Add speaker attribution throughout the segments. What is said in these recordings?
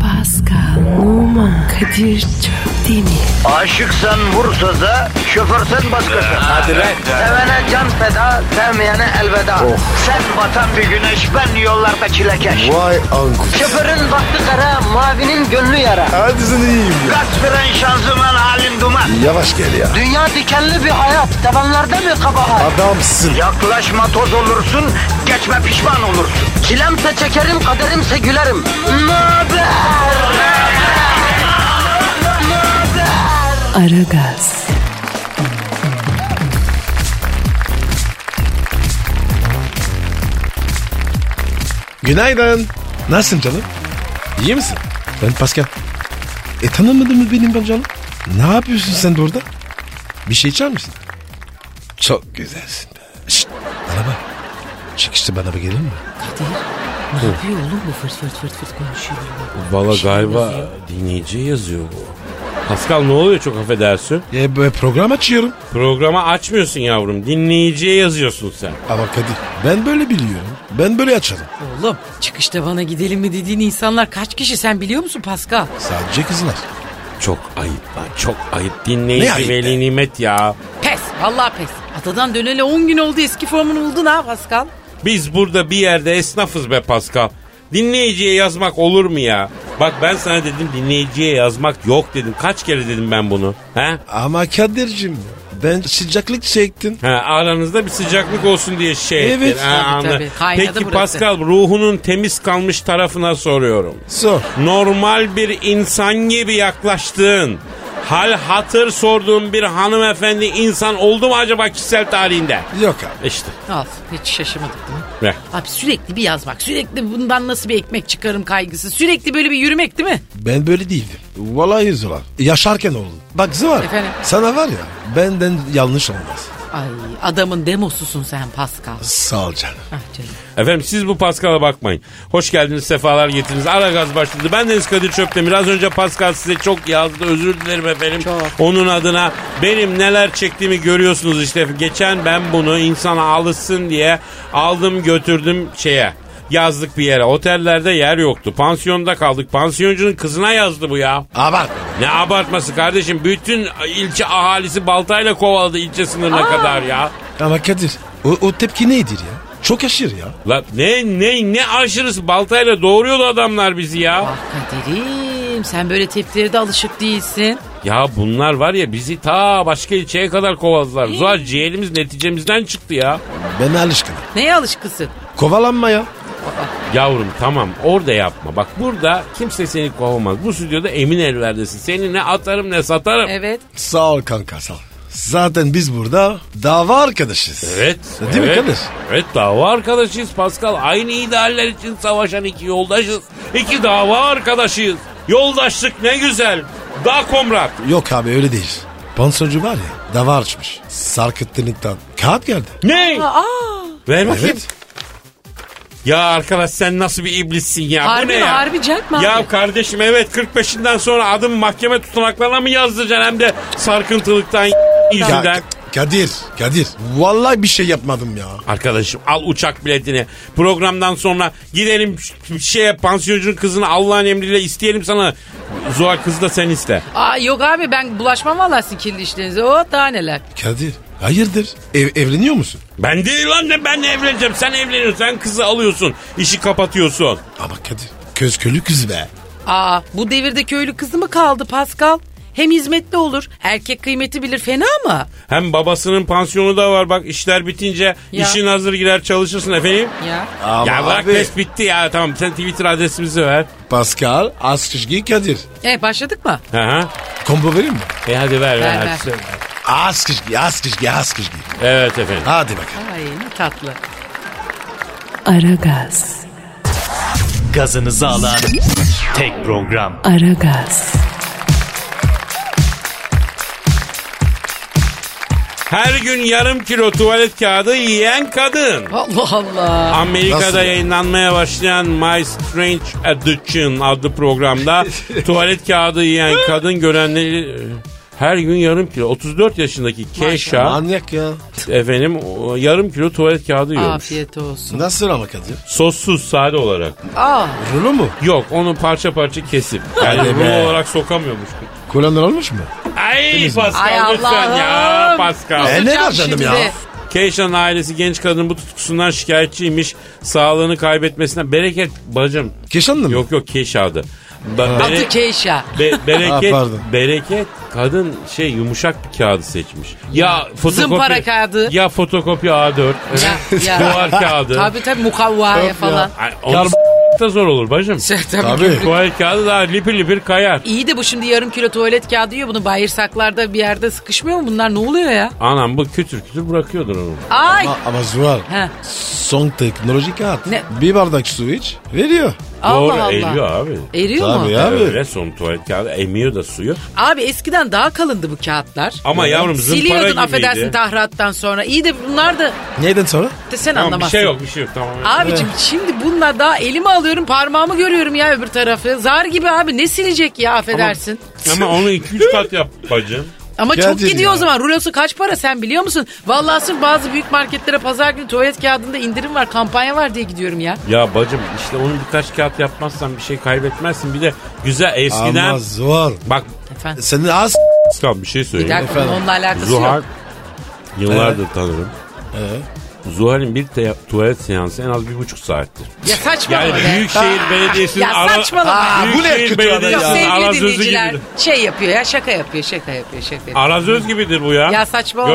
Speaker 1: Pascal, Oman, Kadir çok değil mi?
Speaker 2: Aşıksan vursa da şoförsen başkasın. Hadi
Speaker 3: lan.
Speaker 2: Sevene can feda, sevmeyene elveda. Sen batan bir güneş, ben yollarda çilekeş.
Speaker 3: Vay anku.
Speaker 2: Şoförün baktı kara, mavinin gönlü yara.
Speaker 3: Hadi sen iyiyim ya.
Speaker 2: Kasperen şanzıman halin duman.
Speaker 3: Yavaş gel ya.
Speaker 2: Dünya dikenli bir hayat, sevenlerde mi kabahar?
Speaker 3: Adamsın.
Speaker 2: Yaklaşma toz olursun, geçme pişman olursun. Çilemse çekerim, kaderimse gülerim. Möber!
Speaker 1: Aragaz,
Speaker 4: Günaydın. Nasılsın canım? İyi misin? Ben Pascal. E tanımadın mı benim ben canım? Ne yapıyorsun sen de orada? Bir şey içer misin? Çok güzelsin be. Şşt, bana bak. Çıkışta bana bir gelin mi?
Speaker 5: Ne yapıyor oğlum bu fırt fırt fırt fırt konuşuyor.
Speaker 6: Valla
Speaker 5: Bir şey
Speaker 6: galiba
Speaker 5: yazıyor.
Speaker 6: dinleyici yazıyor bu. Pascal ne oluyor çok affedersin?
Speaker 4: E, böyle program açıyorum.
Speaker 6: Programa açmıyorsun yavrum. Dinleyiciye yazıyorsun sen.
Speaker 4: Ama Kadir ben böyle biliyorum. Ben böyle açarım.
Speaker 5: Oğlum çıkışta bana gidelim mi dediğin insanlar kaç kişi sen biliyor musun Pascal?
Speaker 4: Sadece kızlar.
Speaker 6: Çok ayıp lan çok ayıp.
Speaker 4: Ne
Speaker 6: Dinleyici
Speaker 4: ayıp
Speaker 6: veli
Speaker 4: be?
Speaker 6: nimet ya.
Speaker 5: Pes vallahi pes. Atadan döneli 10 gün oldu eski formunu buldun ha Pascal.
Speaker 6: Biz burada bir yerde esnafız be Pascal. Dinleyiciye yazmak olur mu ya? Bak ben sana dedim dinleyiciye yazmak yok dedim. Kaç kere dedim ben bunu? He?
Speaker 4: Ama Kadir'cim ben sıcaklık çektim.
Speaker 6: Ha, aranızda bir sıcaklık olsun diye şey
Speaker 4: Evet.
Speaker 6: ettin. Ha,
Speaker 5: Tabii,
Speaker 6: anladım.
Speaker 5: tabii. Kaynadı
Speaker 6: Peki
Speaker 5: burası.
Speaker 6: Pascal ruhunun temiz kalmış tarafına soruyorum.
Speaker 4: Sor.
Speaker 6: normal bir insan gibi yaklaştığın, hal hatır sorduğun bir hanımefendi insan oldu mu acaba kişisel tarihinde?
Speaker 4: Yok abi.
Speaker 6: İşte.
Speaker 5: Al hiç şaşırmadık değil mi?
Speaker 6: Ver.
Speaker 5: Abi sürekli bir yazmak, sürekli bundan nasıl bir ekmek çıkarım kaygısı, sürekli böyle bir yürümek değil mi?
Speaker 4: Ben böyle değildim. Vallahi Zula. Yaşarken oldu. Bak Zula.
Speaker 5: Efendim?
Speaker 4: Sana var ya benden yanlış olmaz.
Speaker 5: Ay adamın demosusun sen Pascal.
Speaker 4: Sağ ol canım.
Speaker 5: Ah canım.
Speaker 6: Efendim siz bu Pascal'a bakmayın. Hoş geldiniz, sefalar getirdiniz. Ara gaz başladı. Ben Deniz Kadir Çöptemir. Az önce Pascal size çok yazdı. Özür dilerim efendim. Onun adına benim neler çektiğimi görüyorsunuz işte. Geçen ben bunu insana alışsın diye aldım götürdüm şeye. Yazlık bir yere. Otellerde yer yoktu. Pansiyonda kaldık. Pansiyoncunun kızına yazdı bu ya.
Speaker 4: Abart.
Speaker 6: Ne abartması kardeşim. Bütün ilçe ahalisi baltayla kovaladı ilçe sınırına kadar ya.
Speaker 4: Ama Kadir o, o tepki nedir ya? Çok aşırı ya.
Speaker 6: La ne ne ne aşırısı baltayla doğuruyordu adamlar bizi ya.
Speaker 5: Ah Kadir'im sen böyle tepkilere de alışık değilsin.
Speaker 6: Ya bunlar var ya bizi ta başka ilçeye kadar kovaladılar. Zuhal ciğerimiz neticemizden çıktı ya.
Speaker 4: Ben alışkınım.
Speaker 5: Neye alışkısın?
Speaker 4: Kovalanma ya.
Speaker 6: Yavrum tamam orada yapma. Bak burada kimse seni kovamaz. Bu stüdyoda emin ellerdesin. Seni ne atarım ne satarım.
Speaker 5: Evet.
Speaker 4: Sağ ol kanka sağ ol. Zaten biz burada dava arkadaşız.
Speaker 6: Evet.
Speaker 4: Değil mi
Speaker 6: evet,
Speaker 4: Kadir?
Speaker 6: Evet dava arkadaşıyız Pascal. Aynı idealler için savaşan iki yoldaşız. İki dava arkadaşıyız. Yoldaşlık ne güzel. Daha komrak.
Speaker 4: Yok abi öyle değil. Pansoncu var ya dava açmış. Sarkıttırlıktan kağıt geldi.
Speaker 6: Ne? Ver bakayım.
Speaker 4: Evet.
Speaker 6: Ya arkadaş sen nasıl bir iblissin ya?
Speaker 5: Harbi
Speaker 6: Bu ne
Speaker 5: mi?
Speaker 6: ya?
Speaker 5: Harbi Jack mi
Speaker 6: Ya
Speaker 5: abi?
Speaker 6: kardeşim evet 45'inden sonra adım mahkeme tutanaklarına mı yazdıracaksın hem de sarkıntılıktan
Speaker 4: Ya,
Speaker 6: yüzünden.
Speaker 4: Ka- Kadir, Kadir. Vallahi bir şey yapmadım ya.
Speaker 6: Arkadaşım al uçak biletini. Programdan sonra gidelim ş- şeye pansiyoncunun kızını Allah'ın emriyle isteyelim sana. Zuhal kızı da sen iste.
Speaker 5: Aa yok abi ben bulaşmam vallahi sizin kirli işlerinize. O daha neler.
Speaker 4: Kadir, hayırdır? Ev, evleniyor musun?
Speaker 6: Ben değil lan ne ben ne evleneceğim. Sen evleniyorsun. Sen kızı alıyorsun. işi kapatıyorsun.
Speaker 4: Ama Kadir, köz kölü kız be.
Speaker 5: Aa bu devirde köylü kızı mı kaldı Pascal? Hem hizmetli olur. Erkek kıymeti bilir fena mı?
Speaker 6: Hem babasının pansiyonu da var. Bak işler bitince
Speaker 5: Ya.
Speaker 6: işin hazır girer çalışırsın efendim.
Speaker 5: Ya.
Speaker 4: Ama
Speaker 6: ya bırak
Speaker 4: abi-
Speaker 6: test bitti ya. Tamam sen Twitter adresimizi ver.
Speaker 4: Pascal, Askışgi Kadir.
Speaker 5: E başladık mı?
Speaker 6: Hı hı.
Speaker 4: Kombo vereyim mi?
Speaker 6: E hadi
Speaker 5: Ver,
Speaker 6: ver. ver,
Speaker 5: ver.
Speaker 6: Hadi.
Speaker 4: Askışgi, Askışgi, Askışgi.
Speaker 6: Evet efendim.
Speaker 4: Hadi bakalım.
Speaker 5: Ay ne tatlı.
Speaker 1: Aragaz,
Speaker 3: Gazınızı alan tek program.
Speaker 1: Aragaz,
Speaker 6: Her gün yarım kilo tuvalet kağıdı yiyen kadın.
Speaker 5: Allah Allah.
Speaker 4: Nasıl
Speaker 6: Amerika'da
Speaker 4: ya?
Speaker 6: yayınlanmaya başlayan My Strange Addiction adlı programda tuvalet kağıdı yiyen kadın görenleri... Her gün yarım kilo. 34 yaşındaki Keşa
Speaker 4: Manyak ya.
Speaker 6: efendim o yarım kilo tuvalet kağıdı yiyormuş.
Speaker 5: Afiyet olsun.
Speaker 4: Nasıl ama Kadir?
Speaker 6: Sossuz sade olarak.
Speaker 5: Aa,
Speaker 4: Rulo mu?
Speaker 6: Yok onu parça parça kesip. Yani
Speaker 4: Hadi
Speaker 6: rulo
Speaker 4: be.
Speaker 6: olarak sokamıyormuş.
Speaker 4: Kolanlar olmuş mu?
Speaker 6: Ay
Speaker 5: Ay
Speaker 6: Pascal lütfen
Speaker 5: Allah'ım.
Speaker 6: ya Pascal.
Speaker 4: E, ne
Speaker 5: Hocam
Speaker 4: yapacaktım ya?
Speaker 5: şimdi-
Speaker 6: Keşan'ın ailesi genç kadının bu tutkusundan şikayetçiymiş. Sağlığını kaybetmesinden bereket bacım.
Speaker 4: Keşanlı mı?
Speaker 6: Yok yok Keş adı.
Speaker 4: E,
Speaker 6: Ba-
Speaker 5: Adı
Speaker 6: bere-
Speaker 5: Keşa.
Speaker 6: be- bereket,
Speaker 4: Ha, pardon.
Speaker 6: bereket kadın şey yumuşak bir kağıdı seçmiş. Ya fotokopi.
Speaker 5: Zımpara kağıdı.
Speaker 6: Ya fotokopi A4.
Speaker 5: Ya, ya.
Speaker 6: Duvar kağıdı.
Speaker 5: Tabii tabii mukavvaya falan.
Speaker 6: Ay, Onu s- da zor olur bacım.
Speaker 5: tabii.
Speaker 4: Abi.
Speaker 6: Tuvalet kağıdı daha lipir lipir kayar.
Speaker 5: İyi de bu şimdi yarım kilo tuvalet kağıdı yiyor. Bunu bayırsaklarda bir yerde sıkışmıyor mu? Bunlar ne oluyor ya?
Speaker 6: Anam bu kütür kütür bırakıyordur onu.
Speaker 5: Ay.
Speaker 4: Ama, ama Zuhal
Speaker 5: He.
Speaker 4: son teknolojik at.
Speaker 5: Ne?
Speaker 4: Bir bardak su iç veriyor.
Speaker 5: Allah
Speaker 6: Doğru
Speaker 5: Allah.
Speaker 6: eriyor abi.
Speaker 5: Eriyor mu?
Speaker 4: Tabii ya. Abi.
Speaker 6: Öyle son tuvalet kağıdı emiyor da suyu.
Speaker 5: Abi eskiden daha kalındı bu kağıtlar.
Speaker 6: Ama yavrum zımpara
Speaker 5: Siliyordun
Speaker 6: gibiydi.
Speaker 5: affedersin tahrattan sonra. İyi de bunlar da
Speaker 4: Neyden sonra?
Speaker 5: de sen
Speaker 6: Tamam, bir
Speaker 5: anlamazsın.
Speaker 6: şey yok bir şey yok tamam.
Speaker 5: Abicim şimdi bunlar daha elimi alıyorum parmağımı görüyorum ya öbür tarafı. Zar gibi abi ne silecek ya affedersin.
Speaker 6: Ama onu 2-3 kat yap bacım.
Speaker 5: Ama çok
Speaker 4: Kadir
Speaker 5: gidiyor
Speaker 4: ya.
Speaker 5: o zaman. Rulosu kaç para sen biliyor musun? Vallahi sırf bazı büyük marketlere pazar günü tuvalet kağıdında indirim var, kampanya var diye gidiyorum ya.
Speaker 6: Ya bacım işte onu birkaç kağıt yapmazsan bir şey kaybetmezsin. Bir de güzel eskiden...
Speaker 4: Ama Zuhal.
Speaker 6: Bak
Speaker 5: Efendim.
Speaker 4: Senin az
Speaker 6: Pascal bir şey
Speaker 5: Bir
Speaker 6: söyleyeyim.
Speaker 5: dakika bunun
Speaker 4: Efendim.
Speaker 5: onunla alakası
Speaker 6: Zuhal
Speaker 5: yok.
Speaker 6: yıllardır tanırım. Zuhal'in bir te- tuvalet seansı en az bir buçuk saattir.
Speaker 5: Ya saçmalama
Speaker 6: Yani
Speaker 5: be.
Speaker 6: Büyükşehir Belediyesi'nin
Speaker 5: Ya saçmalama be.
Speaker 4: Aa, bu ne
Speaker 6: Büyükşehir
Speaker 4: kötü adam ya.
Speaker 5: Yok
Speaker 6: Belediyesi'nin
Speaker 5: sevgili
Speaker 6: arazözü
Speaker 5: dinleyiciler
Speaker 6: gibidir.
Speaker 5: şey yapıyor ya şaka yapıyor şaka yapıyor şaka yapıyor.
Speaker 6: Arazöz gibidir bu ya.
Speaker 5: Ya saçmalama.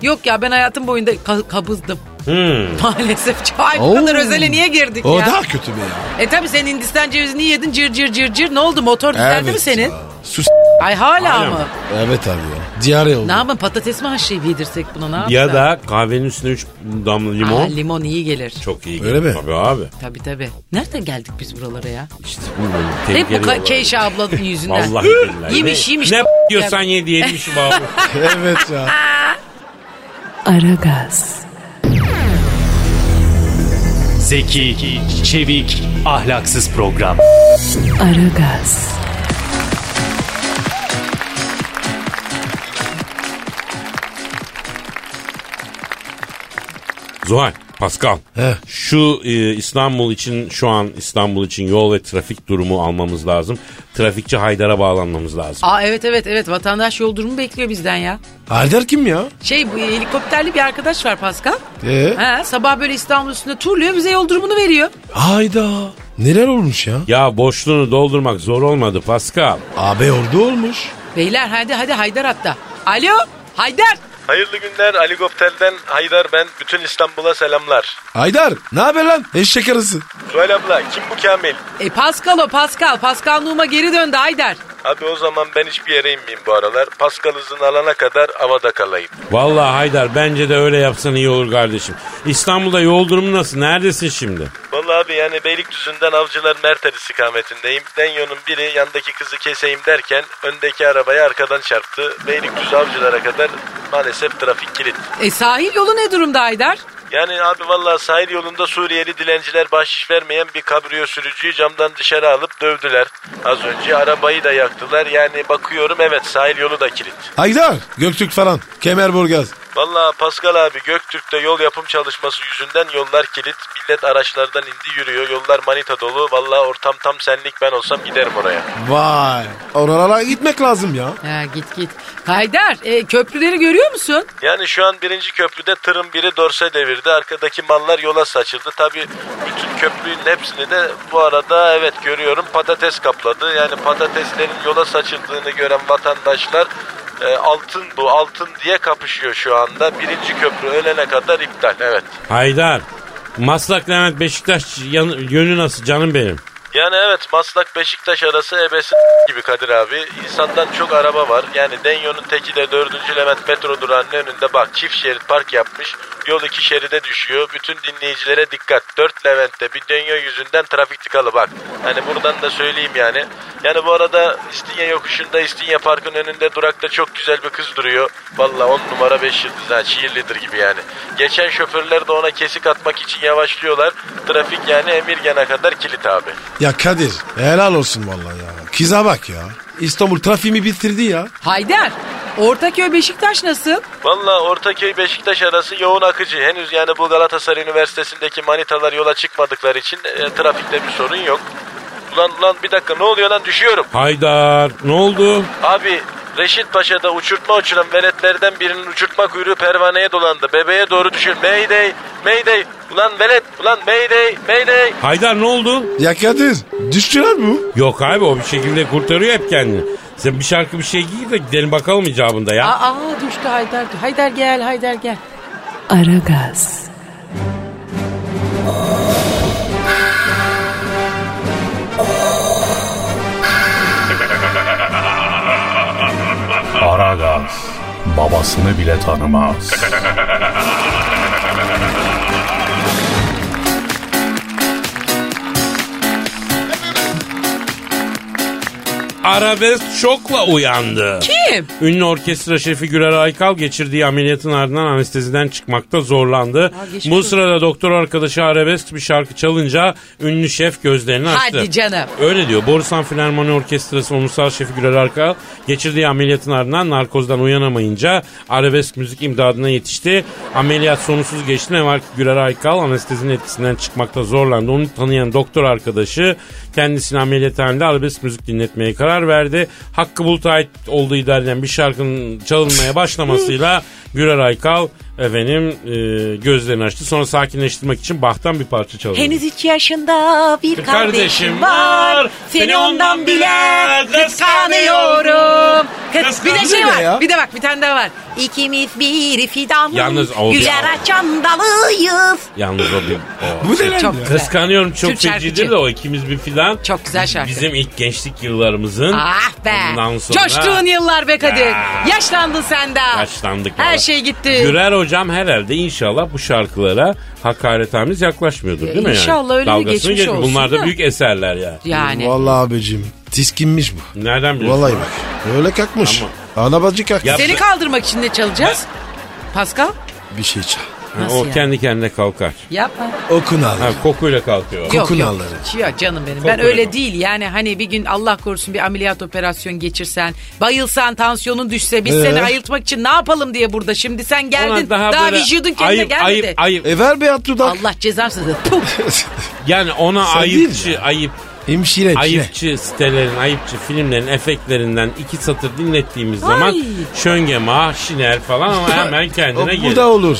Speaker 6: Gör-
Speaker 5: Yok ya ben hayatım boyunca ka- kabızdım.
Speaker 6: Hmm.
Speaker 5: Maalesef. Ay bu
Speaker 4: Oo.
Speaker 5: kadar özele niye girdik
Speaker 4: o
Speaker 5: ya?
Speaker 4: daha kötü be ya.
Speaker 5: E tabi sen Hindistan cevizini yedin cır cır cır cır. Ne oldu motor düzeldi mi senin?
Speaker 4: ya. Sus.
Speaker 5: Ay hala
Speaker 6: Aynen.
Speaker 5: mı?
Speaker 4: Evet abi ya. Diyare oldu.
Speaker 5: Ne yapalım patates mi haşlayıp yedirsek buna ne yapalım?
Speaker 6: Ya da kahvenin üstüne 3 damla limon.
Speaker 5: Aa, limon iyi gelir.
Speaker 6: Çok iyi.
Speaker 4: Öyle
Speaker 6: gelir.
Speaker 4: mi?
Speaker 6: Tabii abi.
Speaker 5: Tabii tabii. Nereden geldik biz buralara ya?
Speaker 6: İşte bilmiyorum.
Speaker 5: Hep bu
Speaker 6: tehlikeli
Speaker 5: ka-
Speaker 6: yollar.
Speaker 5: Keyşe ablanın yüzünden.
Speaker 6: Vallahi billahi.
Speaker 5: Yemiş
Speaker 6: Ne-
Speaker 5: yemiş.
Speaker 6: Ne diyorsan yedi yemişim abi.
Speaker 4: evet ya.
Speaker 1: Aragaz,
Speaker 3: Zeki, çevik, ahlaksız program.
Speaker 1: Aragaz,
Speaker 6: Zuhal, Pascal.
Speaker 4: He.
Speaker 6: Şu e, İstanbul için şu an İstanbul için yol ve trafik durumu almamız lazım. Trafikçi Haydar'a bağlanmamız lazım.
Speaker 5: Aa evet evet evet vatandaş yol durumu bekliyor bizden ya.
Speaker 4: Haydar kim ya?
Speaker 5: Şey bu helikopterli bir arkadaş var Pascal.
Speaker 4: Ee?
Speaker 5: Ha, sabah böyle İstanbul üstünde turluyor bize yol durumunu veriyor.
Speaker 4: Hayda. Neler olmuş ya?
Speaker 6: Ya boşluğunu doldurmak zor olmadı Pascal.
Speaker 4: Abi orada olmuş.
Speaker 5: Beyler hadi hadi Haydar hatta. Alo Haydar.
Speaker 7: Hayırlı günler Ali Goptel'den Haydar ben. Bütün İstanbul'a selamlar.
Speaker 4: Haydar ne haber lan? Eşek arısı.
Speaker 7: Zuhal abla kim bu Kamil?
Speaker 5: E Pascal o Pascal. Pascal Numa geri döndü Haydar.
Speaker 7: Abi o zaman ben hiçbir yere inmeyeyim bu aralar. Pascal hızını alana kadar havada kalayım.
Speaker 6: Vallahi Haydar bence de öyle yapsan iyi olur kardeşim. İstanbul'da yol durumu nasıl? Neredesin şimdi?
Speaker 7: Vallahi abi yani Beylikdüzü'nden Avcılar Mertel istikametindeyim. Denyon'un biri yandaki kızı keseyim derken öndeki arabaya arkadan çarptı. Beylikdüzü Avcılar'a kadar maalesef trafik kilit.
Speaker 5: E sahil yolu ne durumda Haydar?
Speaker 7: Yani abi vallahi sahil yolunda Suriyeli dilenciler bahşiş vermeyen bir kabriyo sürücüyü camdan dışarı alıp dövdüler. Az önce arabayı da yaktılar. Yani bakıyorum evet sahil yolu da kilit.
Speaker 4: Haydar. Göktürk falan. Kemerburgaz.
Speaker 7: Vallahi Pascal abi Göktürk'te yol yapım çalışması yüzünden yollar kilit. Millet araçlardan indi yürüyor. Yollar manita dolu. Vallahi ortam tam senlik ben olsam giderim oraya.
Speaker 4: Vay. Oralara gitmek lazım ya.
Speaker 5: Ha, git git. Haydar e, köprüleri görüyor musun?
Speaker 7: Yani şu an birinci köprüde tırın biri dorse devirdi. Arkadaki mallar yola saçıldı. Tabi bütün köprünün hepsini de bu arada evet görüyorum patates kapladı. Yani patateslerin yola saçıldığını gören vatandaşlar e, altın bu altın diye kapışıyor şu anda. Birinci köprü ölene kadar iptal evet.
Speaker 6: Haydar. Maslak Levent Beşiktaş yan- yönü nasıl canım benim?
Speaker 7: Yani evet Maslak Beşiktaş arası ebesi gibi Kadir abi. İnsandan çok araba var. Yani Denyo'nun teki de 4. Levent metro durağının önünde bak çift şerit park yapmış. Yol iki şeride düşüyor. Bütün dinleyicilere dikkat. 4 Levent'te bir Denyo yüzünden trafik tıkalı bak. Hani buradan da söyleyeyim yani. Yani bu arada İstinye yokuşunda İstinye Park'ın önünde durakta çok güzel bir kız duruyor. Valla 10 numara 5 yıldız ha cheerleader gibi yani. Geçen şoförler de ona kesik atmak için yavaşlıyorlar. Trafik yani Emirgan'a kadar kilit abi.
Speaker 4: Ya Kadir helal olsun vallahi ya. Kiza bak ya. İstanbul trafiğimi bitirdi ya.
Speaker 5: Haydar Ortaköy Beşiktaş nasıl?
Speaker 7: Valla Ortaköy Beşiktaş arası yoğun akıcı. Henüz yani bu Galatasaray Üniversitesi'ndeki manitalar yola çıkmadıkları için e, trafikte bir sorun yok. Ulan ulan bir dakika ne oluyor lan düşüyorum.
Speaker 6: Haydar ne oldu?
Speaker 7: Abi Reşit Paşa'da uçurtma uçuran veletlerden birinin uçurtma kuyruğu pervaneye dolandı. Bebeğe doğru düşüyor. Mayday, mayday. Ulan velet, ulan mayday, mayday.
Speaker 6: Haydar ne oldu?
Speaker 4: Ya Kadir düştüler mi bu?
Speaker 6: Yok abi o bir şekilde kurtarıyor hep kendini. Sen bir şarkı bir şey giy de gidelim bakalım icabında ya.
Speaker 5: Aa, düştü Haydar. Haydar gel Haydar gel.
Speaker 1: Aragaz,
Speaker 8: Aragaz babasını bile tanımaz.
Speaker 6: Arabesk şokla uyandı.
Speaker 5: Kim?
Speaker 6: Ünlü orkestra şefi Güler Aykal geçirdiği ameliyatın ardından anesteziden çıkmakta zorlandı.
Speaker 5: geçmiş
Speaker 6: Bu
Speaker 5: olsun.
Speaker 6: sırada doktor arkadaşı arabesk bir şarkı çalınca ünlü şef gözlerini açtı.
Speaker 5: Hadi canım.
Speaker 6: Öyle diyor. Borusan Filarmoni Orkestrası onursal şefi Güler Arkal geçirdiği ameliyatın ardından narkozdan uyanamayınca arabesk müzik imdadına yetişti. Ameliyat sorunsuz geçti. Ne var ki Güler Aykal anestezinin etkisinden çıkmakta zorlandı. Onu tanıyan doktor arkadaşı kendisini ameliyathanede arabesk müzik dinletmeye karar verdi. Hakkı Bulut'a ait olduğu iddia edilen bir şarkının çalınmaya başlamasıyla Güler Aykal efendim e, gözlerini açtı. Sonra sakinleştirmek için Bach'tan bir parça çaldı.
Speaker 5: Henüz iki yaşında bir kardeşim var. Seni ondan bile kıskanıyorum. Kıs bir de şey
Speaker 4: Kıskanıyor ya.
Speaker 5: var. Bir de bak bir tane daha var. İkimiz bir fidanız.
Speaker 6: Yalnız o bir-
Speaker 5: Güler açan dalıyız.
Speaker 6: Yalnız o bir... o-
Speaker 4: Bu ne lan?
Speaker 5: Çok
Speaker 4: ya?
Speaker 5: güzel.
Speaker 6: Kıskanıyorum çok
Speaker 5: Türk şarkıcı.
Speaker 6: fecidir de o ikimiz bir filan.
Speaker 5: Çok güzel şarkı.
Speaker 6: Bizim ilk gençlik yıllarımızın.
Speaker 5: Ah be.
Speaker 6: Ondan sonra-
Speaker 5: Coştuğun yıllar be Kadir.
Speaker 6: Ya.
Speaker 5: Yaşlandın sen daha.
Speaker 6: Yaşlandık.
Speaker 5: Her
Speaker 6: valla.
Speaker 5: şey gitti.
Speaker 6: Gürer hocam herhalde inşallah bu şarkılara hakaretamiz yaklaşmıyordur değil mi? yani?
Speaker 5: İnşallah öyle bir
Speaker 6: Dalgasını
Speaker 5: geçmiş
Speaker 6: geçmiş.
Speaker 5: olsun
Speaker 6: Bunlar da
Speaker 5: da.
Speaker 6: büyük eserler ya.
Speaker 5: yani.
Speaker 4: Vallahi abicim tiskinmiş bu.
Speaker 6: Nereden biliyorsun?
Speaker 4: Vallahi bak. Öyle kalkmış. Anabacı kalkmış.
Speaker 6: Ya-
Speaker 5: Seni kaldırmak için ne çalacağız? Pascal?
Speaker 4: Bir şey çal.
Speaker 6: Ha,
Speaker 5: Nasıl
Speaker 6: o
Speaker 5: yani?
Speaker 6: kendi kendine kalkar.
Speaker 5: Yapma.
Speaker 4: Okun abi.
Speaker 6: Ha, kokuyla kalkıyor.
Speaker 4: Yok. Kokun ağları.
Speaker 5: Yok canım benim. ben
Speaker 6: Kokun
Speaker 5: öyle
Speaker 6: ağları.
Speaker 5: değil. Yani hani bir gün Allah korusun bir ameliyat operasyon geçirsen, bayılsan, tansiyonun düşse biz
Speaker 4: Ee?
Speaker 5: seni ayıltmak için ne yapalım diye burada. Şimdi sen geldin.
Speaker 6: Ona
Speaker 5: Daha,
Speaker 6: böyle
Speaker 5: vücudun kendine
Speaker 6: ayıp,
Speaker 5: gelmedi.
Speaker 6: ayıp, ayıp.
Speaker 4: E ver beyat dudak.
Speaker 5: Allah cezasını. Puh.
Speaker 6: Yani ona
Speaker 4: Sen değil mi?
Speaker 6: ayıpçı, ayıp,
Speaker 4: Hemşire. hemşire.
Speaker 6: Ayıpçı sitelerin, ayıpçı filmlerin efektlerinden iki satır dinlettiğimiz zaman
Speaker 5: Ay.
Speaker 6: Şöngema, Şiner falan ama hemen
Speaker 4: O,
Speaker 6: kendine
Speaker 4: bu
Speaker 6: gelir.
Speaker 4: da olur.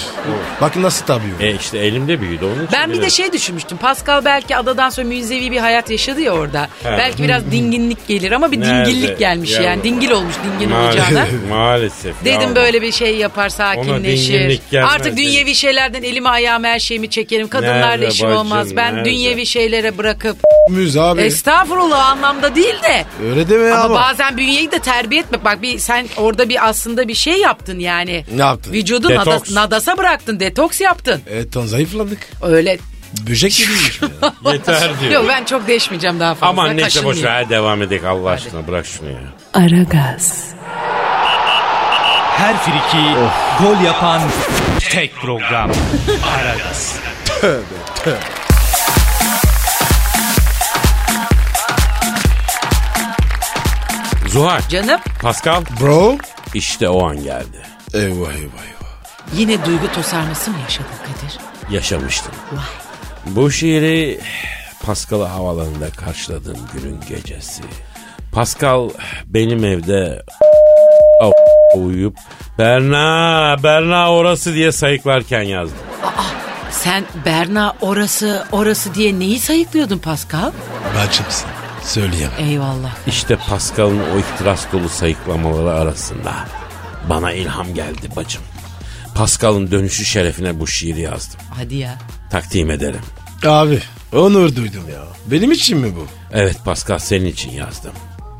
Speaker 4: Bak nasıl tabii.
Speaker 6: E işte elimde büyüdü onun için.
Speaker 5: Ben bir de
Speaker 6: biliyorum.
Speaker 5: şey düşünmüştüm. Pascal belki adadan sonra münzevi bir hayat yaşadı ya orada.
Speaker 6: He.
Speaker 5: Belki biraz dinginlik gelir ama bir
Speaker 6: Nerede?
Speaker 5: dingillik gelmiş
Speaker 6: Yavrum.
Speaker 5: yani. Dingil olmuş dingin olacağına.
Speaker 6: Maalesef, maalesef.
Speaker 5: Dedim
Speaker 6: yavrum.
Speaker 5: böyle bir şey yapar sakinleşir.
Speaker 6: dinginlik gelmez
Speaker 5: Artık
Speaker 6: dedim.
Speaker 5: dünyevi şeylerden elimi ayağımı her şeyimi çekerim. Kadınlarla
Speaker 6: Nerede
Speaker 5: işim
Speaker 6: bacım,
Speaker 5: olmaz. Ben
Speaker 6: nerede?
Speaker 5: dünyevi şeylere bırakıp
Speaker 6: E-
Speaker 4: Müz abi.
Speaker 5: estağfurullah anlamda değil de
Speaker 4: Öyle deme ya
Speaker 5: ama,
Speaker 4: ama.
Speaker 5: bazen bünyeyi de terbiye etmek. Bak bir sen orada bir aslında bir şey yaptın yani.
Speaker 4: Ne yaptın?
Speaker 5: Vücudu
Speaker 6: Detoks.
Speaker 5: nadas- nadasa bıraktın. Detoks yaptın.
Speaker 4: Evet lan E, zayıfladık.
Speaker 5: Öyle.
Speaker 4: Böcek gibiymiş. ya.
Speaker 6: Yeter diyor.
Speaker 5: Yok ben çok değişmeyeceğim daha fazla.
Speaker 6: Aman neyse boş
Speaker 5: Kaşınmayayım.
Speaker 6: ver hadi devam edelim Allah aşkına bırak şunu ya.
Speaker 1: Aragaz,
Speaker 3: Her friki gol yapan tek program. Aragaz.
Speaker 6: Zuhal,
Speaker 5: Canım
Speaker 6: Pascal
Speaker 4: Bro.
Speaker 6: işte o an geldi.
Speaker 4: Eyvah eyvah eyvah.
Speaker 5: yine duygu tosarması mı yaşadın Kadir?
Speaker 6: Yaşamıştım. Bu şiiri Pascal'ı havalarında karşıladığım günün gecesi. Pascal benim evde uyuyup Berna, Berna orası diye sayıklarken yazdı.
Speaker 5: Sen Berna orası orası diye neyi sayıklıyordun Pascal?
Speaker 4: Bacımsın. Söyleyemem.
Speaker 5: Eyvallah.
Speaker 6: İşte Pascal'ın o ihtiras dolu sayıklamaları arasında bana ilham geldi bacım. Pascal'ın dönüşü şerefine bu şiiri yazdım.
Speaker 5: Hadi ya.
Speaker 6: Takdim ederim.
Speaker 4: Abi. Onur duydum ya. Benim için mi bu?
Speaker 6: Evet Pascal senin için yazdım.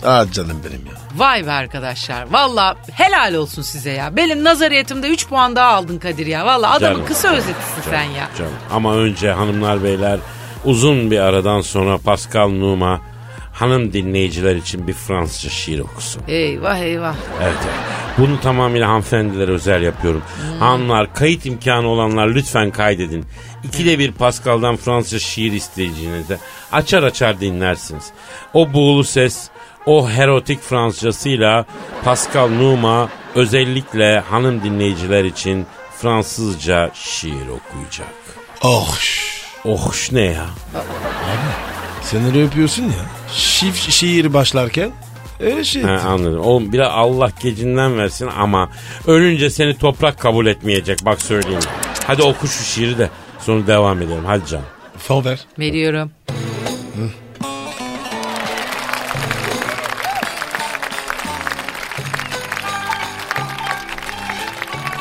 Speaker 4: Ah canım benim ya.
Speaker 5: Vay be arkadaşlar. Valla helal olsun size ya. Benim nazariyetimde 3 puan daha aldın Kadir ya. Valla adamın
Speaker 6: Canım.
Speaker 5: kısa özetisin sen ya.
Speaker 6: Canım. Ama önce hanımlar beyler uzun bir aradan sonra Pascal Numa hanım dinleyiciler için bir Fransızca şiir okusun.
Speaker 5: Eyvah eyvah.
Speaker 6: Evet. evet. Bunu tamamıyla hanımefendilere özel yapıyorum.
Speaker 5: Hmm.
Speaker 6: Hanımlar kayıt imkanı olanlar lütfen kaydedin. İkide bir Pascal'dan Fransızca şiir isteyeceğinizde açar açar dinlersiniz. O buğulu ses, o herotik Fransızcasıyla Pascal Numa Özellikle hanım dinleyiciler için Fransızca şiir okuyacak.
Speaker 4: Oh.
Speaker 6: Oh ne ya?
Speaker 4: Sen öyle yapıyorsun ya. Şif şiir başlarken öyle şey.
Speaker 6: Ha, anladım. Oğlum biraz Allah gecinden versin ama ölünce seni toprak kabul etmeyecek bak söyleyeyim. Hadi oku şu şiiri de sonra devam edelim. Hadi canım.
Speaker 4: Fon ver.
Speaker 5: Veriyorum.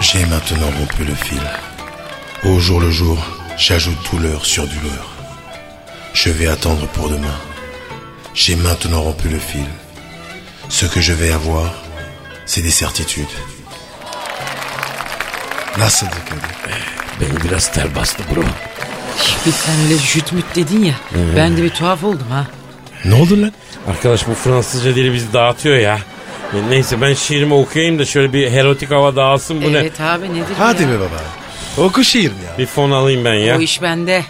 Speaker 4: J'ai maintenant rompu le fil. Au jour le jour, j'ajoute douleur sur douleur. Je vais attendre pour demain. J'ai maintenant rompu le fil. Ce que je vais avoir, c'est des certitudes. Nasıl Kadir?
Speaker 6: Beni biraz ter bastı bro.
Speaker 5: Şimdi sen öyle jüt müt dedin ya. Ben de bir tuhaf oldum ha.
Speaker 4: Ne oldu lan?
Speaker 6: Arkadaş bu Fransızca dili bizi dağıtıyor ya. E, Neyse ben şiirimi okuyayım da şöyle bir erotik hava dağılsın bu ne?
Speaker 5: evet abi nedir
Speaker 4: Hadi
Speaker 5: ya?
Speaker 4: be baba. Oku şiir mi ya?
Speaker 6: Bir fon alayım ben ya.
Speaker 5: O iş bende.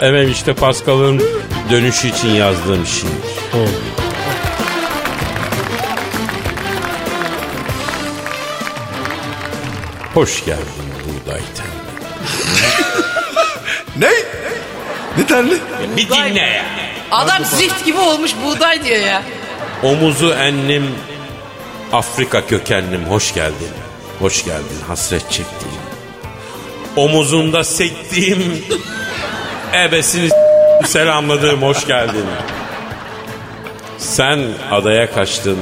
Speaker 6: Evet işte Pascal'ın dönüşü için yazdığım şiir. Hoş geldin buğday tenli.
Speaker 4: Ne? Ne terli?
Speaker 6: Bir dinle ya.
Speaker 5: Adam zift gibi olmuş buğday diyor ya.
Speaker 6: Omuzu enlim Afrika kökenlim hoş geldin. Hoş geldin hasret çektiğim. Omuzunda sektiğim ebesini s- selamladığım hoş geldin. Sen adaya kaçtın.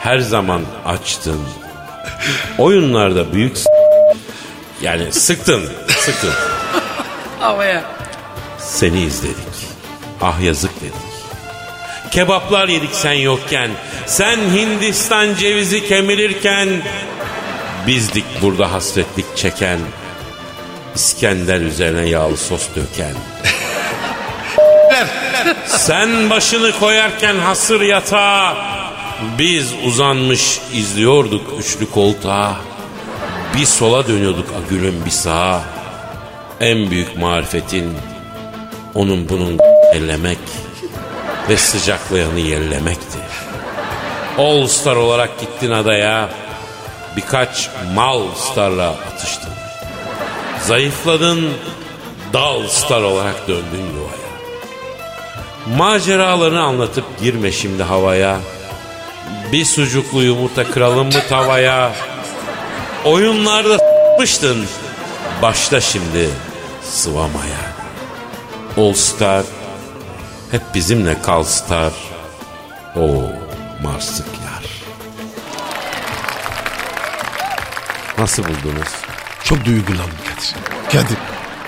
Speaker 6: Her zaman açtın. Oyunlarda büyük s- yani sıktın, sıktın.
Speaker 5: Havaya.
Speaker 6: Seni izledik. Ah yazık dedik. Kebaplar yedik sen yokken. Sen Hindistan cevizi kemirirken. Bizdik burada hasretlik çeken. İskender üzerine yağlı sos döken. sen başını koyarken hasır yatağa. Biz uzanmış izliyorduk üçlü koltuğa. Bir sola dönüyorduk a gülüm bir sağa. En büyük marifetin onun bunun ellemek ve sıcaklayanı yerlemekti. All Star olarak gittin adaya. Birkaç mal starla atıştın. Zayıfladın, dal star olarak döndün yuvaya. Maceralarını anlatıp girme şimdi havaya. Bir sucuklu yumurta kıralım mı tavaya? Oyunlarda s**mıştın. Başla şimdi sıvamaya. All Star hep bizimle kal Star. O Marslık yar. Nasıl buldunuz?
Speaker 4: Çok duygulandım Kadir. Kadir,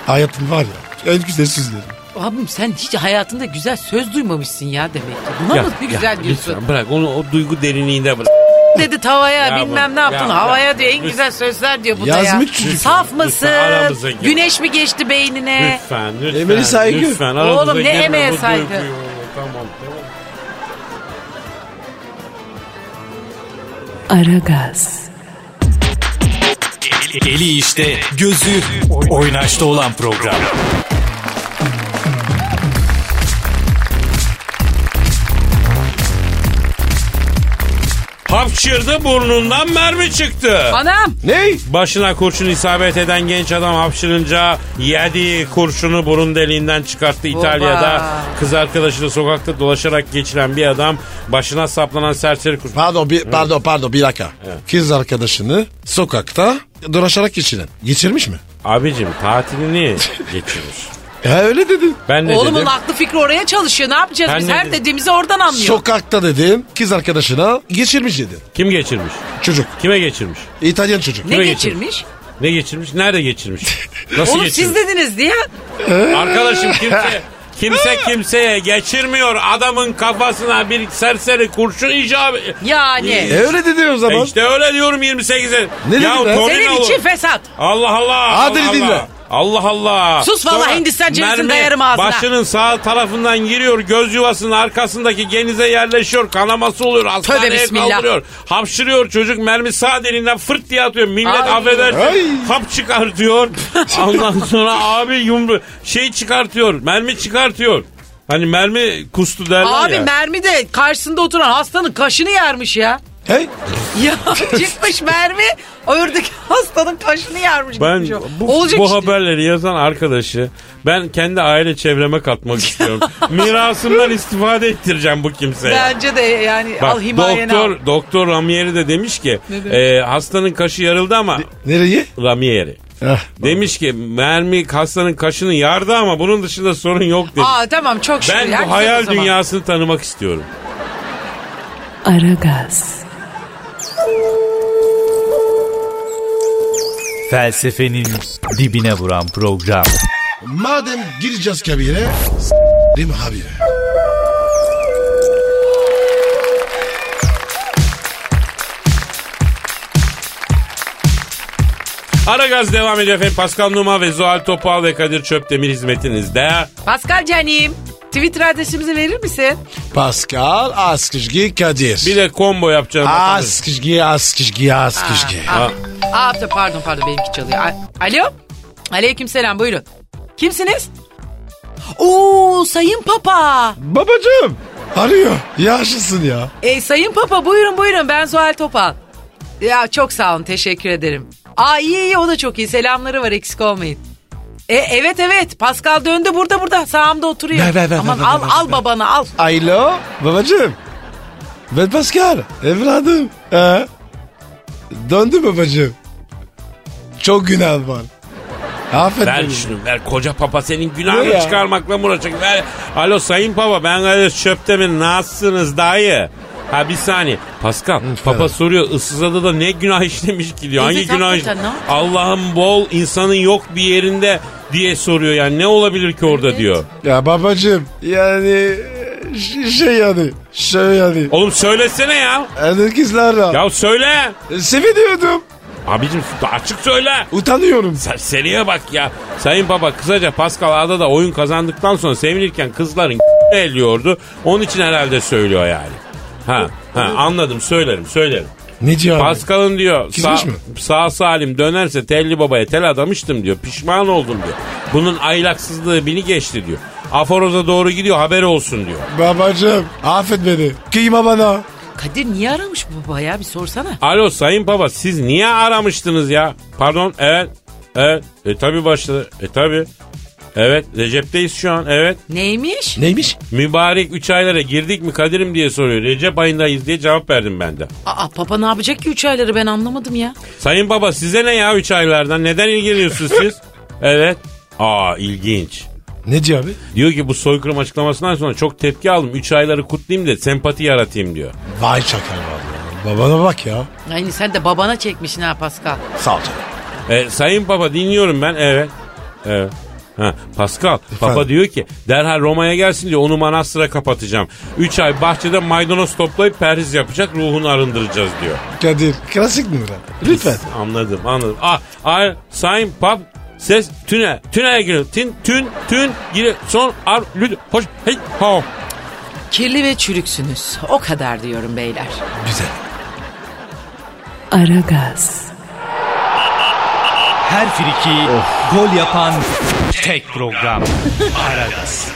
Speaker 4: hayatın var ya en güzel sözleri.
Speaker 5: Abim sen hiç hayatında güzel söz duymamışsın ya demek ki. Buna mı ne güzel diyorsun?
Speaker 6: lütfen bırak onu o duygu derinliğinde bırak.
Speaker 5: Dedi tavaya
Speaker 6: Ya
Speaker 5: bilmem
Speaker 6: bu-
Speaker 5: ne yaptın.
Speaker 6: ya-
Speaker 5: havaya diyor en
Speaker 6: Lütfen.
Speaker 5: güzel sözler diyor bu da ya.
Speaker 4: Yazmış çocuk.
Speaker 5: Saf
Speaker 6: Lütfen aramıza
Speaker 5: mısın?
Speaker 6: gir.
Speaker 5: Güneş mi geçti beynine?
Speaker 6: Lütfen lütfen.
Speaker 4: Emel'e saygı.
Speaker 6: Lütfen aramıza
Speaker 5: Oğlum, ne
Speaker 6: girme,
Speaker 5: emeğe
Speaker 6: bu
Speaker 5: saygı?
Speaker 6: duyguyu, Tamam tamam.
Speaker 1: Aragaz,
Speaker 3: Eli, eli işte, gözü oynaşta olan program.
Speaker 6: Hapşırdı burnundan mermi çıktı.
Speaker 5: Anam
Speaker 4: Ne?
Speaker 6: Başına kurşun isabet eden genç adam hapşırınca yedi kurşunu burun deliğinden çıkarttı İtalya'da. Kız arkadaşıyla sokakta dolaşarak geçiren bir adam başına saplanan serseri kurşun.
Speaker 4: Pardon, bir, pardon, pardon bir dakika. Kız arkadaşını sokakta dolaşarak geçiren. Geçirmiş mi?
Speaker 6: Abicim tatilini geçirmiş.
Speaker 4: E öyle dedin.
Speaker 6: Ben ne
Speaker 5: oğlumun
Speaker 6: dedim?
Speaker 5: aklı fikri oraya çalışıyor. Ne yapacağız
Speaker 6: Ben
Speaker 5: biz?
Speaker 6: ne
Speaker 5: Her
Speaker 6: dedim?
Speaker 5: dediğimizi oradan anlıyor.
Speaker 4: Sokakta dedim kız arkadaşına geçirmiş dedi.
Speaker 6: Kim geçirmiş?
Speaker 4: Çocuk.
Speaker 6: Kime geçirmiş?
Speaker 4: İtalyan çocuk.
Speaker 5: ne
Speaker 6: Kime
Speaker 5: geçirmiş?
Speaker 6: Ne geçirmiş? Nerede geçirmiş? Nasıl
Speaker 5: Oğlum
Speaker 6: şey geçirmiş?
Speaker 5: siz dediniz diye.
Speaker 6: Arkadaşım kimse kimse kimseye geçirmiyor. Adamın kafasına bir serseri kurşun icabı.
Speaker 5: Yani.
Speaker 4: E öyle dedi o zaman.
Speaker 6: E işte öyle diyorum 28'e.
Speaker 4: Ne dedi
Speaker 6: ya
Speaker 4: be?
Speaker 5: Senin
Speaker 6: Torino'lu-
Speaker 5: için fesat.
Speaker 6: Allah Allah.
Speaker 4: Adil
Speaker 6: Allah
Speaker 4: dinle.
Speaker 6: Allah. Allah Allah.
Speaker 5: Sus vallahi Hindistan cevizini
Speaker 6: mermi
Speaker 5: dayarım ağzına.
Speaker 6: Başının sağ tarafından giriyor. Göz yuvasının arkasındaki genize yerleşiyor. Kanaması oluyor. Hastaneye
Speaker 5: bismillah.
Speaker 6: kaldırıyor. Hapşırıyor çocuk. Mermi sağ delinden fırt diye atıyor. Millet
Speaker 5: Ay.
Speaker 4: Ay.
Speaker 6: affedersin. Hap çıkartıyor. Ondan sonra abi yumru şey çıkartıyor. Mermi çıkartıyor. Hani mermi kustu derler
Speaker 5: Abi
Speaker 6: ya.
Speaker 5: mermi de karşısında oturan hastanın kaşını yermiş ya.
Speaker 4: Hey.
Speaker 5: Ya çıkmış mermi ördük hastanın kaşını yermiş.
Speaker 6: ben
Speaker 5: gitmiş o.
Speaker 6: bu,
Speaker 5: Olacak
Speaker 6: bu
Speaker 5: işte.
Speaker 6: haberleri yazan arkadaşı ben kendi aile çevreme katmak istiyorum. Mirasımdan istifade ettireceğim bu kimseye.
Speaker 5: Bence de yani
Speaker 6: Bak,
Speaker 5: al himayeni
Speaker 6: doktor
Speaker 5: al.
Speaker 6: doktor Ramieri de demiş ki
Speaker 5: Ne demiş?
Speaker 6: e, hastanın kaşı yarıldı ama
Speaker 4: Nereye?
Speaker 6: Ramieri.
Speaker 4: Ah.
Speaker 6: Demiş ki mermi hastanın kaşını yardı ama bunun dışında sorun yok demiş.
Speaker 5: Aa tamam çok şükür. ya,
Speaker 6: ben bu
Speaker 5: güzel o
Speaker 6: hayal
Speaker 5: zaman.
Speaker 6: dünyasını tanımak istiyorum.
Speaker 1: Aragaz,
Speaker 3: Felsefenin dibine vuran program.
Speaker 4: Madem gireceğiz kabire. Değil mi abi?
Speaker 6: Aragaz devam ediyor efendim. Pascal Numa ve Zuhal Topal ve Kadir Çöptemir hizmetinizde.
Speaker 5: Pascal canim. Twitter adresimizi verir misin?
Speaker 4: Pascal Askışgi Kadir.
Speaker 6: Bir de combo yapacağım.
Speaker 4: Askışgi Askışgi Askışgi.
Speaker 5: Aa, aa, aa, pardon pardon benimki çalıyor. A- Alo. Aleyküm selam buyurun. Kimsiniz? Oo sayın papa.
Speaker 4: Babacım. Arıyor. Yaşlısın ya.
Speaker 5: E, sayın Papa buyurun buyurun ben Zuhal Topal. Ya çok sağ olun teşekkür ederim. Aa iyi iyi o da çok iyi selamları var eksik olmayın. E, evet evet Pascal döndü burada burada sağımda oturuyor.
Speaker 4: Ver, ver, ver,
Speaker 5: Aman
Speaker 4: ver, ver,
Speaker 5: al
Speaker 4: ver,
Speaker 5: al babanı al.
Speaker 4: Alo. Babacım. Ben Pascal. Evladım. Ee, döndü babacım. Çok günah var. Affet
Speaker 6: Ver
Speaker 4: beni.
Speaker 6: şunu ver koca papa senin
Speaker 4: Ne
Speaker 6: günahını
Speaker 4: ya?
Speaker 6: çıkarmakla mı uğraşacak? Ver. Alo sayın papa ben Kadir Çöptemir nasılsınız dayı? Ha bir saniye. Pascal papa
Speaker 4: pardon.
Speaker 6: soruyor ıssız adada ne günah işlemiş ki diyor.
Speaker 5: Evet,
Speaker 6: Hangi günah
Speaker 5: hakikaten,
Speaker 6: işlemiş?
Speaker 5: ne yaptı?
Speaker 6: Allah'ın bol insanın yok bir yerinde diye soruyor yani ne olabilir ki orada diyor.
Speaker 4: Ya babacım. Yani ş- şey yani. Şey yani.
Speaker 6: Oğlum söylesene ya.
Speaker 4: Erkeklerle.
Speaker 6: Ya söyle.
Speaker 4: Seviniyordum.
Speaker 6: Abicim açık söyle.
Speaker 4: Utanıyorum.
Speaker 6: Sen- Seriye bak ya. Sayın Baba kısaca Pascal Ada'da oyun kazandıktan sonra sevinirken kızların elliyordu. Onun için herhalde söylüyor yani. Ha, ha anladım söylerim söylerim.
Speaker 4: Ne diyor abi?
Speaker 6: Pascal'ın diyor sağ,
Speaker 4: Kızmış mı?
Speaker 6: sağ salim dönerse telli babaya tel adamıştım diyor. Pişman oldum diyor. Bunun aylaksızlığı beni geçti diyor. Aforoza doğru gidiyor haber olsun diyor.
Speaker 4: Babacım affet beni. Kıyma bana.
Speaker 5: Kadir niye aramış bu baba ya bir sorsana.
Speaker 6: Alo Sayın Baba siz niye aramıştınız ya? Pardon evet. Evet. E tabi başladı. E tabi. Evet Recep'teyiz şu an evet.
Speaker 5: Neymiş?
Speaker 4: Neymiş?
Speaker 6: Mübarek 3 aylara girdik mi Kadir'im diye soruyor. Recep ayındayız diye cevap verdim ben de.
Speaker 5: Aa papa ne yapacak ki üç ayları ben anlamadım ya.
Speaker 6: Sayın Baba size ne ya 3 aylardan? Neden ilgileniyorsunuz siz? evet. Aa ilginç.
Speaker 4: Ne diyor abi?
Speaker 6: Diyor ki bu soykırım açıklamasından sonra çok tepki aldım. 3 ayları kutlayayım da sempati yaratayım diyor.
Speaker 4: Vay çakal abi. Babana bak ya.
Speaker 5: Yani sen de babana çekmişsin ha Pascal.
Speaker 4: Sağ ol canım.
Speaker 6: E, sayın Baba dinliyorum ben. Evet. Evet. Ha, Pascal, Papa diyor ki derhal Roma'ya gelsin diyor onu manastıra kapatacağım. 3 ay bahçede maydanoz toplayıp perhiz yapacak ruhunu arındıracağız diyor.
Speaker 4: Kadir klasik mi lan? Lütfen.
Speaker 6: Anladım anladım. Ah, ah, sayın pap ses tüne tüneye giriyor. Tin tün tün gire son ar lüt hoş hey ha.
Speaker 5: Kirli ve çürüksünüz. O kadar diyorum beyler.
Speaker 4: Güzel.
Speaker 1: Aragaz,
Speaker 3: Her friki gol yapan tek program. Aragaz.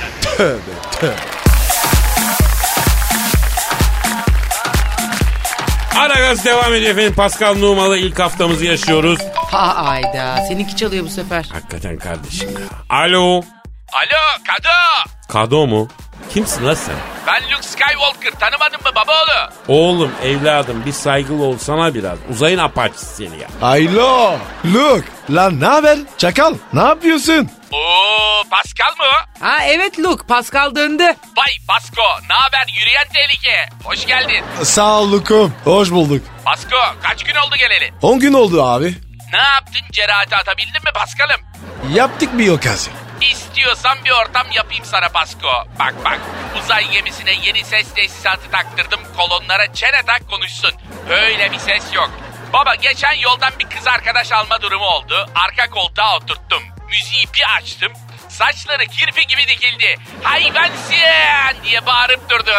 Speaker 6: Aragaz devam ediyor efendim. Pascal Numalı ilk haftamızı yaşıyoruz.
Speaker 5: Ha ayda seninki çalıyor bu sefer.
Speaker 6: Hakikaten kardeşim ya. Alo.
Speaker 9: Alo Kadı.
Speaker 6: Kado mu? Kimsin lan sen?
Speaker 9: Ben Luke Skywalker tanımadın mı babaoğlu?
Speaker 6: Oğlum evladım bir saygılı olsana biraz. Uzayın apaçısı seni ya.
Speaker 4: Alo. Look. Lan ne haber? Çakal. Ne yapıyorsun?
Speaker 9: Oo Pascal mı? o?
Speaker 5: Ha evet Luke Pascal döndü.
Speaker 9: Bay Pasko ne haber yürüyen tehlike. Hoş geldin.
Speaker 4: Sağ ol Lukum. Hoş bulduk.
Speaker 9: Pasko kaç gün oldu geleli?
Speaker 4: 10 gün oldu abi.
Speaker 9: Ne yaptın cerahati atabildin mi Pascal'ım?
Speaker 4: Yaptık bir okazyon.
Speaker 9: İstiyorsan bir ortam yapayım sana Pasko. Bak bak uzay gemisine yeni ses tesisatı taktırdım kolonlara çene tak konuşsun. Öyle bir ses yok. Baba geçen yoldan bir kız arkadaş alma durumu oldu. Arka koltuğa oturttum. Müziği bir açtım. Saçları kirpi gibi dikildi. Hayvansın diye bağırıp durdu.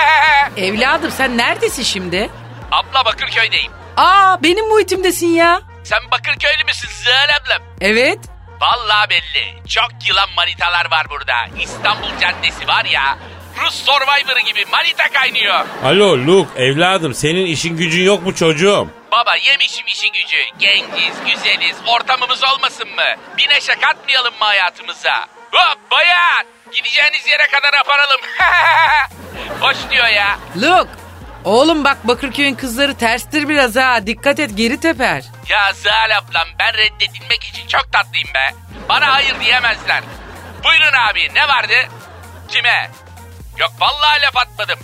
Speaker 5: Evladım sen neredesin şimdi?
Speaker 9: Abla Bakırköy'deyim.
Speaker 5: Aa benim muhitimdesin ya.
Speaker 9: Sen Bakırköylü müsün Zıhal ablam?
Speaker 5: Evet.
Speaker 7: Vallahi belli. Çok yılan manitalar var burada. İstanbul Caddesi var ya. Rus Survivor gibi manita kaynıyor.
Speaker 6: Alo Luke evladım senin işin gücün yok mu çocuğum?
Speaker 7: Baba yemişim işi gücü. Gengiz, güzeliz, ortamımız olmasın mı? Bir neşe katmayalım mı hayatımıza? Hop bayan! Gideceğiniz yere kadar aparalım. Hoş diyor ya.
Speaker 5: Look. Oğlum bak Bakırköy'ün kızları terstir biraz ha. Dikkat et geri teper.
Speaker 7: Ya Zal ablam ben reddedilmek için çok tatlıyım be. Bana hayır diyemezler. Buyurun abi ne vardı? Kime? Yok vallahi laf atmadım.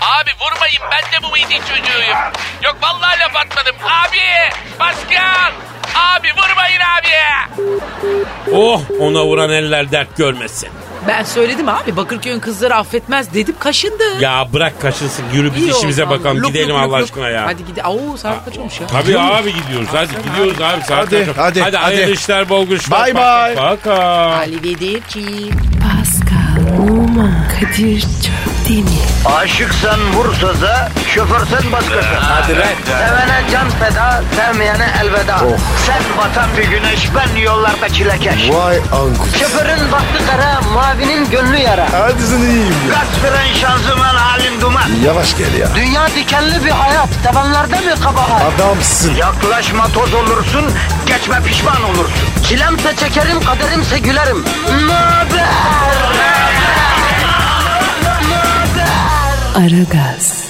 Speaker 7: Abi vurmayın ben de bu midin çocuğuyum. Yok vallahi laf atmadım. Abi! Pascal! Abi vurmayın abi!
Speaker 6: Oh ona vuran eller dert görmesin.
Speaker 5: Ben söyledim abi Bakırköy'ün kızları affetmez dedim kaşındı.
Speaker 6: Ya bırak kaşınsın yürü biz
Speaker 5: İyi oldu
Speaker 6: işimize
Speaker 5: abi.
Speaker 6: bakalım
Speaker 5: Luk, luk,
Speaker 6: gidelim
Speaker 5: luk,
Speaker 6: Allah
Speaker 5: luk.
Speaker 6: aşkına ya.
Speaker 5: Hadi gidelim. Oo saat kaç olmuş ya?
Speaker 6: Tabii abi gidiyoruz hadi gidiyoruz abi. saat
Speaker 4: Hadi,
Speaker 6: kaç?
Speaker 4: hadi,
Speaker 6: Hadi hayırlı
Speaker 4: hadi.
Speaker 6: işler bol güçler.
Speaker 4: Bye
Speaker 6: Paka,
Speaker 4: bye.
Speaker 6: Paka.
Speaker 5: Ali Vedirci.
Speaker 1: Pascal, Oman, Kadir çok değil mi?
Speaker 2: Aşıksan vursa da, şoförsen başkasın. Hadi Sevene can feda, sevmeyene elveda. Sen batan bir güneş, ben yollarda çilekeş.
Speaker 4: Vay anku.
Speaker 2: Şoförün baktı kara, mavinin gönlü yara.
Speaker 4: Hadi sen iyiyim ya.
Speaker 2: Kasperen şanzıman halin duman.
Speaker 4: Yavaş gel ya.
Speaker 2: Dünya dikenli bir hayat, sevenlerde mi kabahar?
Speaker 4: Adamsın.
Speaker 2: Yaklaşma toz olursun, geçme pişman olursun. Çilemse çekerim, kaderimse gülerim. Möber!
Speaker 1: Aragaz.